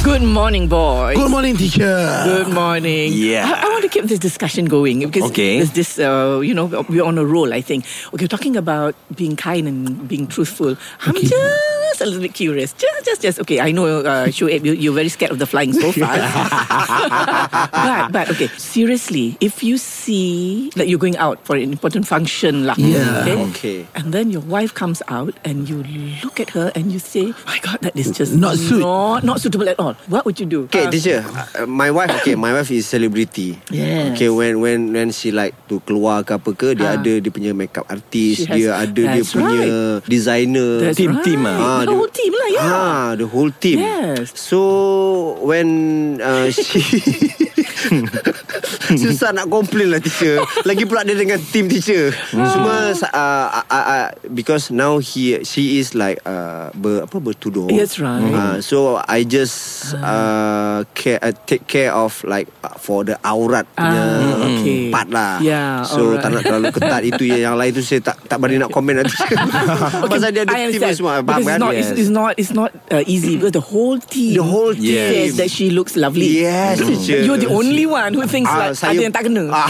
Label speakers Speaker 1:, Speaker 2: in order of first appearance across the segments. Speaker 1: Good morning, boys.
Speaker 2: Good morning, teacher.
Speaker 1: Good morning.
Speaker 2: Yeah.
Speaker 1: I, I want to keep this discussion going because
Speaker 2: Okay.
Speaker 1: there's this, uh, you know, we're on a roll, I think. Okay, talking about being kind and being truthful. I'm just a little bit curious. Just, just, just. Okay, I know, uh, Shoaib, you, you're very scared of the flying so fast. but, but, okay, seriously, if you see that you're going out for an important function, lah,
Speaker 2: Yeah.
Speaker 1: okay, and then your wife comes out and you look at her and you say, my God, that is just
Speaker 2: Not suit.
Speaker 1: not, not suitable at all. What would you do?
Speaker 3: Okay,
Speaker 1: Uh,
Speaker 3: teacher. Uh, my wife, okay, my wife is celebrity.
Speaker 1: Yes.
Speaker 3: Okay, when when when she like to keluar ke apa ke,
Speaker 1: Ah.
Speaker 3: dia ada dia punya makeup artist,
Speaker 1: She has-
Speaker 3: dia ada dia
Speaker 1: that's
Speaker 3: punya designer.
Speaker 1: That's right.
Speaker 3: Ah,
Speaker 1: the whole team lah, yeah.
Speaker 3: Ah, the whole team.
Speaker 1: Yes.
Speaker 3: So when uh, she Susah nak complain lah teacher Lagi pula dia dengan team teacher
Speaker 1: Ah.
Speaker 3: Semua uh, uh, uh, uh, Because now he She is like uh, ber, Apa bertudur
Speaker 1: Yes, right. Ah.
Speaker 3: uh, So I just uh, care, uh, Take care of like uh, For the aurat punya
Speaker 1: Ah, okay.
Speaker 3: Part lah
Speaker 1: Yeah,
Speaker 3: So
Speaker 1: alright.
Speaker 3: tak nak terlalu ketat Itu yang yang lain tu Saya tak tak berani nak komen lah teacher Pasal dia ada
Speaker 1: I
Speaker 3: team
Speaker 1: understand.
Speaker 3: ni semua Faham
Speaker 1: Because
Speaker 3: kan
Speaker 1: it's not, it's, it's not, it's not uh, easy because the whole team,
Speaker 3: The whole team.
Speaker 1: says that she looks lovely. Mm.
Speaker 3: Yes, teacher.
Speaker 1: You're the only one who thinks
Speaker 3: Ah,
Speaker 1: like ada yang tak kena.
Speaker 3: Ah,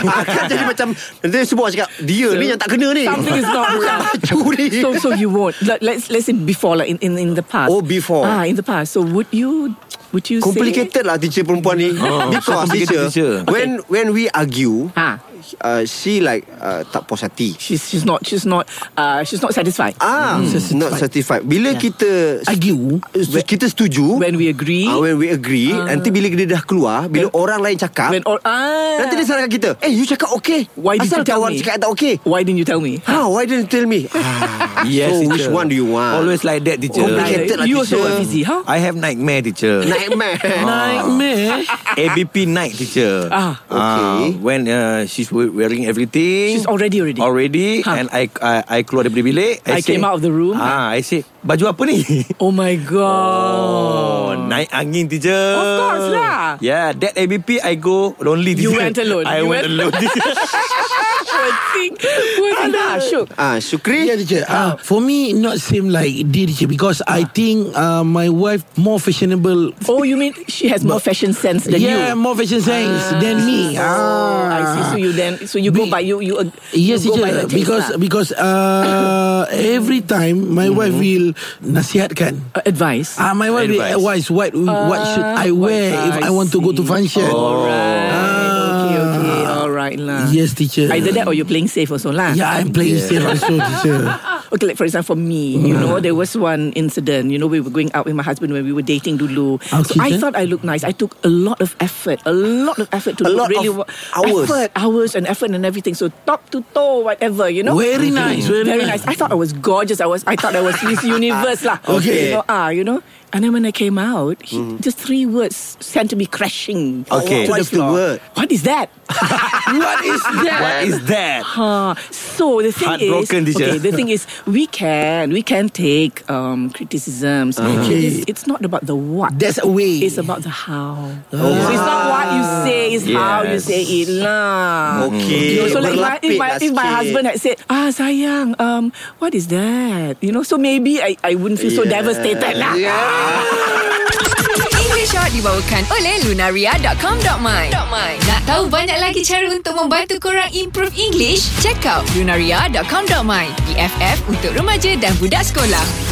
Speaker 3: kan jadi macam Nanti semua cakap Dia ni yang tak kena ni
Speaker 1: Something is not right.
Speaker 3: Kacau ni
Speaker 1: So, so you won't. Let, let's let's say before, like in, in in the past.
Speaker 3: Oh, before.
Speaker 1: Ah, in the past. So would you would you Say,
Speaker 3: Complicated lah teacher perempuan ni Because teacher,
Speaker 2: Oh, complicated, teacher.
Speaker 3: When when we argue
Speaker 1: ah,
Speaker 3: uh, She like uh, Tak puas hati
Speaker 1: she's she's not she's not uh she's not satisfied. Mm.
Speaker 3: Ah, not satisfied. Bila
Speaker 1: Hmm. Yeah.
Speaker 3: kita
Speaker 2: Argue.
Speaker 3: se- kita setuju
Speaker 1: When we agree.
Speaker 3: ah, when we agree, nanti bila dia dah keluar, bila orang lain cakap,
Speaker 1: when all ah.
Speaker 3: nanti dia salahkan kita. Eh, you cakap okay.
Speaker 1: Why did
Speaker 3: Asal
Speaker 1: you tell
Speaker 3: kawan
Speaker 1: me?
Speaker 3: cakap tak okay?
Speaker 1: Why didn't you tell me?
Speaker 3: How? Why didn't you tell me? Ah,
Speaker 2: Yes,
Speaker 3: so
Speaker 2: teacher.
Speaker 3: which one do you want?
Speaker 2: Always like that, teacher.
Speaker 3: Complicated lah,
Speaker 1: you also
Speaker 3: teacher.
Speaker 1: busy, huh?
Speaker 2: I have nightmare, teacher.
Speaker 3: Nightmare.
Speaker 2: Nightmare. ABP night, teacher.
Speaker 1: Ah.
Speaker 3: Okay.
Speaker 2: when uh, she's we- wearing everything.
Speaker 1: She's already already.
Speaker 2: Already,
Speaker 1: Huh.
Speaker 2: and I, I I keluar daripada bilik.
Speaker 1: I came out of the room.
Speaker 2: Ah, I say baju apa ni?
Speaker 1: Oh my god.
Speaker 2: Oh, naik angin teacher.
Speaker 1: Of course lah.
Speaker 2: Yeah, that ABP I go lonely
Speaker 1: You
Speaker 2: teacher.
Speaker 1: went alone.
Speaker 2: I
Speaker 1: You
Speaker 2: went,
Speaker 1: went-
Speaker 2: alone teacher.
Speaker 1: Poor thing. Poor thing. Ah, shook.
Speaker 3: Ah, Syukri.
Speaker 4: Yeah, teacher. Uh, for me, not same like D, teacher, because I think uh, my wife more fashionable. Ah.
Speaker 1: Oh, you mean she has more fashion sense than
Speaker 4: yeah,
Speaker 1: you?
Speaker 4: more fashion sense than me.
Speaker 1: Oh, I see. So you then, so you go
Speaker 4: Be-
Speaker 1: by you you. ag- you
Speaker 4: Yes,
Speaker 1: go by
Speaker 4: teacher.
Speaker 1: her taste
Speaker 4: Because
Speaker 1: lah.
Speaker 4: because uh, every time my wife will nasihatkan.
Speaker 1: Uh, advice.
Speaker 4: Ah, my wife will
Speaker 2: Advice.
Speaker 4: advise what what should I wear if Ah, I, want to go to
Speaker 1: see.
Speaker 4: function. Ah.
Speaker 1: Alright. Okay, okay. Alright lah.
Speaker 4: Yes, teacher.
Speaker 1: Either that or you're playing safe also lah.
Speaker 4: yeah, I'm playing safe also, teacher.
Speaker 1: Okay, like for example, for me, you know, there was one incident. You know, we were going out with my husband when we were dating dulu. so
Speaker 4: Okay,
Speaker 1: I
Speaker 4: then.
Speaker 1: thought I looked nice. I took a lot of effort, a lot of effort to
Speaker 3: A
Speaker 1: look
Speaker 3: lot
Speaker 1: really wa-
Speaker 3: of hours.
Speaker 1: effort, hours and effort and everything. So top to toe, whatever, you know.
Speaker 4: Very nice, very
Speaker 1: nice.
Speaker 4: nice.
Speaker 1: I thought I was gorgeous. I was. I thought I was Miss Universe lah.
Speaker 4: Okay.
Speaker 1: You know, ah, you know. And then when I came out, he, just three words sent me crashing.
Speaker 2: Okay.
Speaker 1: to the
Speaker 3: What is the
Speaker 1: floor.
Speaker 3: word?
Speaker 1: What is that?
Speaker 2: What is that? What is that?
Speaker 1: Ah, so the thing is,
Speaker 2: Heartbroken, teacher.
Speaker 1: okay, the thing is, we can we can take um, criticisms. It's, it's not about the what.
Speaker 4: That's a way.
Speaker 1: it's about the how. So it's not what you say, it's how you
Speaker 2: Yes.
Speaker 1: say it lah.
Speaker 3: Okay.
Speaker 1: So like if my, if
Speaker 3: Berlapik
Speaker 1: my,
Speaker 3: lah
Speaker 1: if my
Speaker 3: sikit.
Speaker 1: husband had said, ah sayang, um, what is that? You know, so maybe I, I wouldn't feel so
Speaker 3: Yeah.
Speaker 1: devastated lah.
Speaker 3: Yeah.
Speaker 5: English Hot dibawakan oleh Lunaria.com.my Nak tahu banyak lagi cara untuk membantu korang improve English? Check out Lunaria.com.my BFF untuk remaja dan budak sekolah.